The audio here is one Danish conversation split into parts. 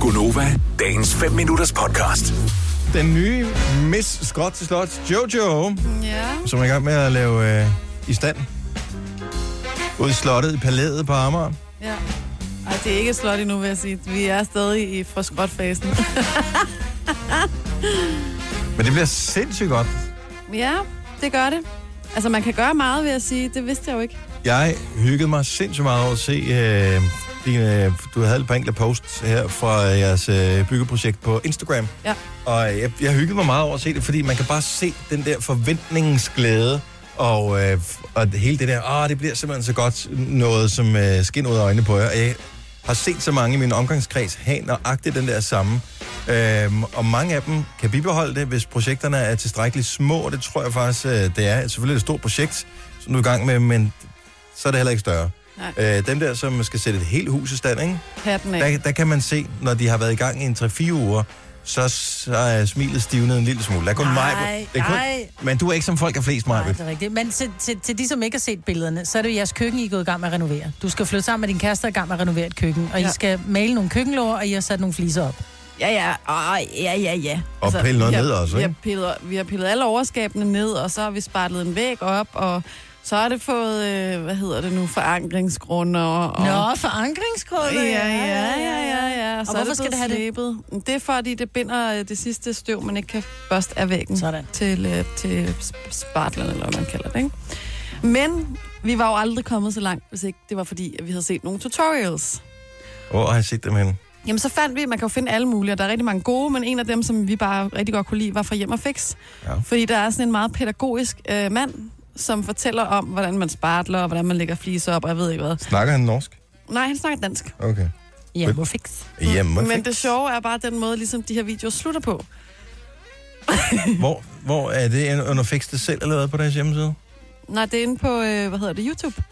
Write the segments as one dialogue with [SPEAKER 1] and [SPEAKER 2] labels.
[SPEAKER 1] Gunova, dagens 5 minutters podcast.
[SPEAKER 2] Den nye Miss Scott til Slot, Jojo,
[SPEAKER 3] Ja.
[SPEAKER 2] som er i gang med at lave øh, i stand. Ude i slottet i palæet på Amager.
[SPEAKER 3] ja. Ej, det er ikke et slot endnu, vil jeg sige. Vi er stadig i forskråtfasen.
[SPEAKER 2] Men det bliver sindssygt godt.
[SPEAKER 3] ja, det gør det. Altså, man kan gøre meget, vil jeg sige. Det vidste jeg jo ikke.
[SPEAKER 2] Jeg hyggede mig sindssygt meget over at se øh, dine, du havde et par enkelte posts her fra jeres øh, byggeprojekt på Instagram.
[SPEAKER 3] Ja.
[SPEAKER 2] Og jeg, jeg hyggede mig meget over at se det, fordi man kan bare se den der forventningsglæde, og, øh, og hele det der, ah, det bliver simpelthen så godt, noget som øh, skinner ud af øjnene på jer. Og jeg har set så mange i min omgangskreds have nøjagtigt den der samme. Øhm, og mange af dem kan bibeholde det, hvis projekterne er tilstrækkeligt små, og det tror jeg faktisk, øh, det er. Selvfølgelig er det et stort projekt, som du er i gang med, men så er det heller ikke større.
[SPEAKER 3] Nej.
[SPEAKER 2] Øh, dem der, som skal sætte et helt hus i stand, ikke?
[SPEAKER 3] Hatten af.
[SPEAKER 2] Der, der kan man se, når de har været i gang i en 3-4 uger, så, så er smilet stivnet en lille smule. Der er kun
[SPEAKER 4] Nej,
[SPEAKER 2] mig. Det er
[SPEAKER 4] nej.
[SPEAKER 2] kun, men du er ikke som folk er flest,
[SPEAKER 4] Nej,
[SPEAKER 2] mig.
[SPEAKER 4] det er rigtigt. Men til, til, til de, som ikke har set billederne, så er det jo jeres køkken, I er gået i gang med at renovere. Du skal flytte sammen med din kæreste og i gang med at renovere et køkken, og ja.
[SPEAKER 3] Ja.
[SPEAKER 4] I skal male nogle køkkenlåger, og I har sat nogle fliser op.
[SPEAKER 3] Ja, ja. Oh, ja, ja, ja.
[SPEAKER 2] Og pille noget
[SPEAKER 3] vi har,
[SPEAKER 2] ned også,
[SPEAKER 3] vi
[SPEAKER 2] ikke?
[SPEAKER 3] har, pillet, vi har pillet alle overskabene ned, og så har vi spartlet en væg op, og så har det fået, øh, hvad hedder det nu, forankringsgrunde og... og
[SPEAKER 4] Nå, forankringskrøller.
[SPEAKER 3] Ja, ja, ja, ja, ja.
[SPEAKER 4] Og
[SPEAKER 3] Så
[SPEAKER 4] hvorfor skal det have det?
[SPEAKER 3] det? Det er fordi, det binder øh, det sidste støv, man ikke kan børste af væggen
[SPEAKER 4] Sådan.
[SPEAKER 3] til, øh, til sp- spartlerne, eller hvad man kalder det, ikke? Men vi var jo aldrig kommet så langt, hvis ikke det var fordi, at vi havde set nogle tutorials.
[SPEAKER 2] Hvor har jeg set dem henne?
[SPEAKER 3] Jamen så fandt vi, man kan jo finde alle mulige, og der er rigtig mange gode, men en af dem, som vi bare rigtig godt kunne lide, var fra Hjem og Fix.
[SPEAKER 2] Ja.
[SPEAKER 3] Fordi der er sådan en meget pædagogisk øh, mand, som fortæller om, hvordan man spartler, og hvordan man lægger fliser op, og jeg ved ikke hvad.
[SPEAKER 2] Snakker han norsk?
[SPEAKER 3] Nej, han snakker dansk.
[SPEAKER 2] Okay.
[SPEAKER 4] Ja, må fix.
[SPEAKER 2] Hjemme.
[SPEAKER 3] Men det sjove er bare den måde, ligesom de her videoer slutter på.
[SPEAKER 2] Hvor, hvor er det en- under fix det selv eller hvad på deres hjemmeside?
[SPEAKER 3] Nej, det er inde på, øh, hvad hedder det, YouTube.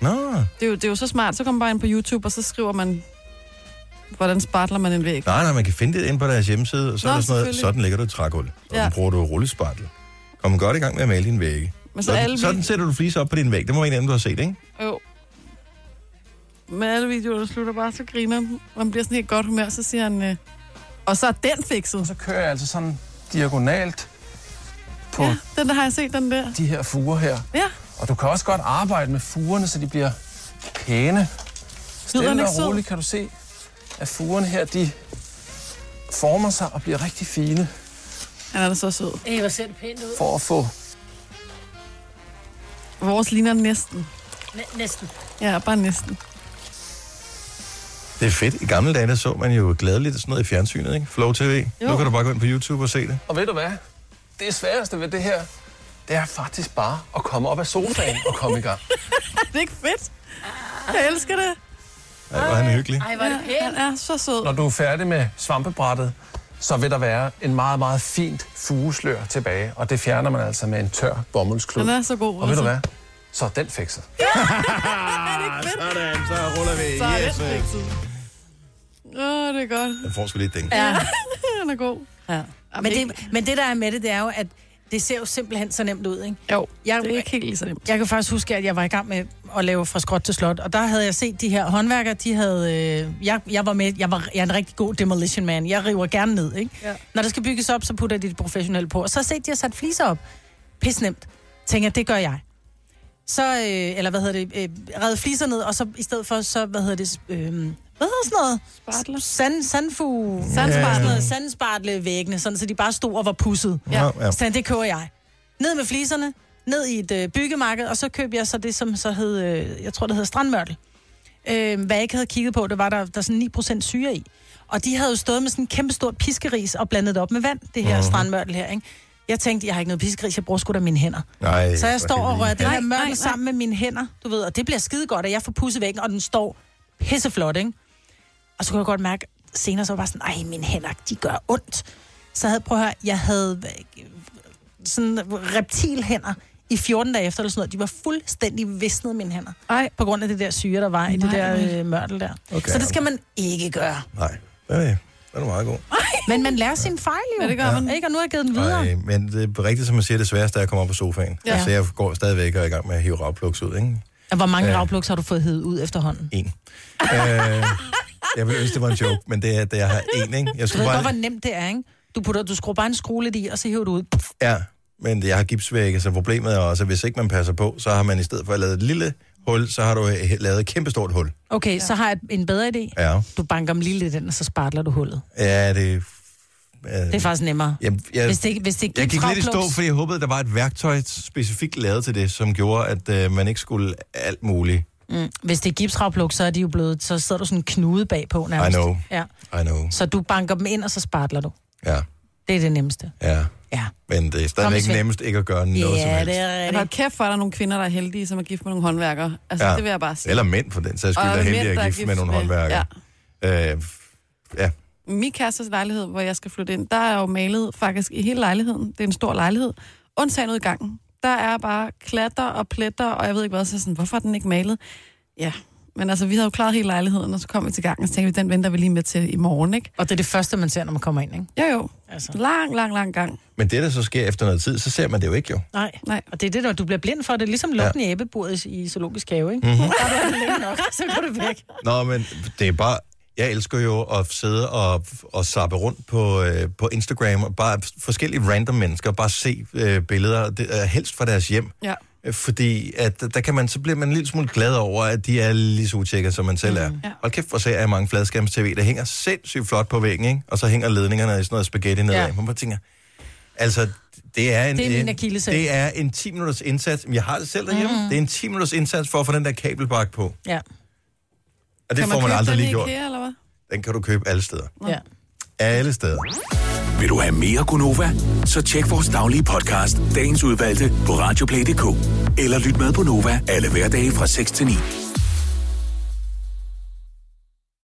[SPEAKER 2] Nå,
[SPEAKER 3] Det er, jo, det er jo så smart, så kommer man bare ind på YouTube, og så skriver man, hvordan spartler man en væg.
[SPEAKER 2] nej, nej, man kan finde det inde på deres hjemmeside, og så Nå,
[SPEAKER 3] Nå,
[SPEAKER 2] er der sådan noget,
[SPEAKER 3] selvfølgelig.
[SPEAKER 2] sådan ligger du et trægulv, sådan ja.
[SPEAKER 3] Ja.
[SPEAKER 2] bruger du rullespartel. Kom godt i gang med at male din vægge.
[SPEAKER 3] Men så alle,
[SPEAKER 2] Sådan, sådan
[SPEAKER 3] vi-
[SPEAKER 2] sætter du fliser op på din væg. Det må være en af dem, du har set, ikke?
[SPEAKER 3] jo. Men alle videoerne slutter bare, så griner man. Man bliver sådan helt godt humør, så siger han, øh, og så er den fikset.
[SPEAKER 5] så kører jeg altså sådan diagonalt på
[SPEAKER 3] Ja,
[SPEAKER 5] ja.
[SPEAKER 3] den der har jeg set, den der.
[SPEAKER 5] de her fuger her.
[SPEAKER 3] Ja,
[SPEAKER 5] Og du kan også godt arbejde med fugerne, så de bliver pæne.
[SPEAKER 3] lyder den
[SPEAKER 5] Stille
[SPEAKER 3] ikke
[SPEAKER 5] og
[SPEAKER 3] sød?
[SPEAKER 5] roligt kan du se, at fugerne her, de former sig og bliver rigtig fine
[SPEAKER 3] Han er da så sød.
[SPEAKER 4] Ej, hvor ser det pænt ud.
[SPEAKER 5] for at få...
[SPEAKER 3] Vores ligner næsten.
[SPEAKER 4] Næsten.
[SPEAKER 3] Ja, bare næsten.
[SPEAKER 2] Det er fedt. I gamle dage, der så man jo glædeligt sådan noget i fjernsynet, ikke? Flow TV. Jo.
[SPEAKER 3] Jo.
[SPEAKER 2] Nu kan du bare gå ind på YouTube og se det.
[SPEAKER 5] Og ved du hvad? Det sværeste ved det her, det er faktisk bare at komme op af sofaen og komme i gang.
[SPEAKER 3] Det er ikke fedt. Jeg elsker det.
[SPEAKER 2] Ej, hvor er han hyggelig.
[SPEAKER 4] Ej, hvor er det
[SPEAKER 3] Han er så sød.
[SPEAKER 5] Når du er færdig med svampebrættet, så vil der være en meget, meget fint fugeslør tilbage. Og det fjerner man altså med en tør bomuldsklud.
[SPEAKER 3] Han er så god.
[SPEAKER 5] Og ved du
[SPEAKER 3] altså.
[SPEAKER 5] hvad? Så er den fikset.
[SPEAKER 2] Sådan, så ruller vi.
[SPEAKER 3] Så er den fikset. Åh, det er godt.
[SPEAKER 2] Den får sgu lidt den.
[SPEAKER 4] Ja.
[SPEAKER 3] Han er god.
[SPEAKER 4] ja. Men, det, men det, der er med det, det er jo, at det ser jo simpelthen så nemt ud, ikke?
[SPEAKER 3] Jo,
[SPEAKER 4] Jeg-
[SPEAKER 3] det er ikke helt lige så nemt.
[SPEAKER 4] Jeg kan faktisk huske, at jeg var i gang med at lave fra skråt til slot, og der havde jeg set de her håndværkere, de havde... Øh, jeg, jeg var med, jeg, var, jeg er en rigtig god demolition man, jeg river gerne ned, ikke?
[SPEAKER 3] Ja.
[SPEAKER 4] Når der skal bygges op, så putter de det professionelle på, og så har jeg set, de har sat fliser op. Pis nemt. Tænker, det gør jeg. Så, øh, eller hvad hedder det, øh, redde fliser ned, og så i stedet for, så, hvad hedder det, øh, hvad hedder sådan noget?
[SPEAKER 3] Spartler.
[SPEAKER 4] Sand, sandfu...
[SPEAKER 3] Sandspartler.
[SPEAKER 4] Sådan noget sandspartle væggene, sådan så de bare stod og var pusset.
[SPEAKER 2] Ja. ja.
[SPEAKER 4] Så det køber jeg. Ned med fliserne, ned i et øh, byggemarked, og så køber jeg så det, som så hed, øh, jeg tror det hedder strandmørtel. Øh, hvad jeg ikke havde kigget på, det var der, der er sådan 9% syre i. Og de havde jo stået med sådan en kæmpe stor piskeris og blandet det op med vand, det her uh-huh. strandmørtel her, ikke? Jeg tænkte, jeg har ikke noget piskeris, jeg bruger sgu da mine hænder.
[SPEAKER 2] Nej,
[SPEAKER 4] Så jeg
[SPEAKER 2] for
[SPEAKER 4] står og
[SPEAKER 2] helvede.
[SPEAKER 4] rører det
[SPEAKER 3] Nej,
[SPEAKER 4] her
[SPEAKER 3] nej, nej.
[SPEAKER 4] mørtel sammen med mine hænder, du ved, og det bliver skide godt, og jeg får pusset væk, og den står pisseflot, ikke? Og så kunne jeg godt mærke, senere så var jeg bare sådan, ej, mine hænder, de gør ondt. Så jeg havde, prøv at høre, jeg havde øh, sådan reptilhænder i 14 dage efter, eller sådan noget. De var fuldstændig visnet, mine hænder.
[SPEAKER 3] Ej.
[SPEAKER 4] På grund af det der syre, der var i det
[SPEAKER 3] Nej,
[SPEAKER 4] der
[SPEAKER 3] nej.
[SPEAKER 4] øh, mørtel der.
[SPEAKER 2] Okay.
[SPEAKER 4] Okay, så det skal man ikke gøre.
[SPEAKER 2] Nej, det er det. Det er du meget god.
[SPEAKER 4] Men man lærer sin fejl jo.
[SPEAKER 3] Ja, det gør Ja. man.
[SPEAKER 4] Ikke? Og nu har jeg givet den videre.
[SPEAKER 2] Ej, men det er rigtigt, som man siger, det sværeste er at komme op på sofaen. Ja.
[SPEAKER 3] Ja.
[SPEAKER 2] Altså, jeg går stadigvæk og er i gang med at hive ravpluks ud, ikke?
[SPEAKER 4] Hvor mange
[SPEAKER 2] Ja.
[SPEAKER 4] ja. har du fået hævet ud efterhånden?
[SPEAKER 2] En. Øh, Jeg ville ønske, det var en joke, men det er, det er jeg har en, ikke? Jeg
[SPEAKER 4] Du
[SPEAKER 2] skulle
[SPEAKER 4] ved godt,
[SPEAKER 2] bare...
[SPEAKER 4] hvor nemt det er, ikke? Du, putter, du skruer bare en skrue lidt i, og så hiver du ud. Pff,
[SPEAKER 2] Ja, men jeg har gipsvægge, så problemet er også, at hvis ikke man passer på, så har man i stedet for at lave et lille hul, så har du øh, lavet et kæmpestort hul.
[SPEAKER 4] Okay, ja. så har jeg en bedre idé. Ja.
[SPEAKER 2] Ja,
[SPEAKER 4] Du banker dem lige lidt ind, og så spartler du hullet.
[SPEAKER 2] ja det... Øh,
[SPEAKER 4] Det er faktisk nemmere. Ja.
[SPEAKER 2] jeg, jeg,
[SPEAKER 4] Hvis det, ikke- hvis det
[SPEAKER 2] jeg gik lidt i stå,
[SPEAKER 4] gipsragplugs-
[SPEAKER 2] fordi jeg håbede, at der var et værktøj specifikt lavet til det, som gjorde, at øh, man ikke skulle alt muligt.
[SPEAKER 4] Mm. Hvis det er gipsravpluk, så er de jo blevet, så sidder du sådan en knude bagpå
[SPEAKER 2] I
[SPEAKER 4] nærmest.
[SPEAKER 2] know,
[SPEAKER 4] Ja.
[SPEAKER 2] I know.
[SPEAKER 4] Så du banker dem ind, og så spartler du.
[SPEAKER 2] Ja,
[SPEAKER 4] Det er det nemmeste.
[SPEAKER 2] ja.
[SPEAKER 4] Ja.
[SPEAKER 2] Men det er
[SPEAKER 4] Kom,
[SPEAKER 2] stadigvæk
[SPEAKER 4] Svend.
[SPEAKER 2] nemmest ikke at gøre noget som
[SPEAKER 4] ja,
[SPEAKER 2] helst.
[SPEAKER 4] det er
[SPEAKER 3] Jeg
[SPEAKER 4] rigtigt.
[SPEAKER 3] har kæft for, at der er nogle kvinder, der er heldige, som er gift med nogle håndværkere. Altså,
[SPEAKER 2] Ja.
[SPEAKER 3] ja. det vil jeg bare sige.
[SPEAKER 2] Eller mænd, for den sags skyld,
[SPEAKER 3] Og
[SPEAKER 2] der er heldige
[SPEAKER 3] mænd,
[SPEAKER 2] at
[SPEAKER 3] der er
[SPEAKER 2] gifte med nogle håndværkere. Ja. Øh, ja.
[SPEAKER 3] Min kærestes lejlighed, hvor jeg skal flytte ind, der er jo malet faktisk i hele lejligheden. Det er en stor lejlighed. Undtagen ud i gangen. Der er bare klatter og pletter, og jeg ved ikke hvad, så er jeg sådan, hvorfor er den ikke malet? Ja, men altså, vi havde jo klaret hele lejligheden, og så kom vi til gangen, og så tænkte vi, den venter vi lige med til i morgen, ikke?
[SPEAKER 4] Og det er det første, man ser, når man kommer ind, ikke?
[SPEAKER 3] Jo, jo.
[SPEAKER 4] Altså.
[SPEAKER 3] Lang, lang, lang gang.
[SPEAKER 2] Men det, der så sker efter noget tid, så ser man det jo ikke jo.
[SPEAKER 4] Nej.
[SPEAKER 3] Nej.
[SPEAKER 4] Og det er det, når du bliver blind for. Det er ligesom lugten ja. i æblebordet i zoologisk have, ikke?
[SPEAKER 2] Mhm.
[SPEAKER 4] Mm-hmm. Der er du længe nok, så går det væk.
[SPEAKER 2] Nå, men det er bare... Jeg elsker jo at sidde og, og zappe rundt på, øh, på Instagram, og bare forskellige random mennesker, bare se øh, billeder, det, er helst fra deres hjem.
[SPEAKER 3] Ja.
[SPEAKER 2] Øh, Fordi at, der kan man, så bliver man en lille smule glad over, at de er lige så utjekket, som man selv er. Mm.
[SPEAKER 3] Ja.
[SPEAKER 2] Hold kæft, hvor ser jeg mange fladskærms-tv, der hænger sindssygt flot på væggen, ikke? og så hænger ledningerne i sådan noget spaghetti nedad. Ja.
[SPEAKER 4] Ja.
[SPEAKER 2] Man bare tænker, altså, det er en,
[SPEAKER 4] Det er min
[SPEAKER 2] en-
[SPEAKER 4] akilleshæl.
[SPEAKER 2] det er en 10 minutters indsats. Jeg har det selv derhjemme. Mm. Det er en 10 minutters indsats for at få den der kabelbakke på.
[SPEAKER 4] Ja.
[SPEAKER 2] Og det får man
[SPEAKER 3] købe
[SPEAKER 2] aldrig
[SPEAKER 3] den
[SPEAKER 2] lige
[SPEAKER 3] i
[SPEAKER 2] gjort.
[SPEAKER 3] IKEA, eller hvad?
[SPEAKER 2] Den kan du købe alle steder.
[SPEAKER 4] ja.
[SPEAKER 2] Alle steder.
[SPEAKER 1] Vil du have mere Gunova? Så tjek vores daglige podcast, dagens udvalgte, på radioplay.dk. Eller lyt med på Nova alle hverdage fra 6 til 9.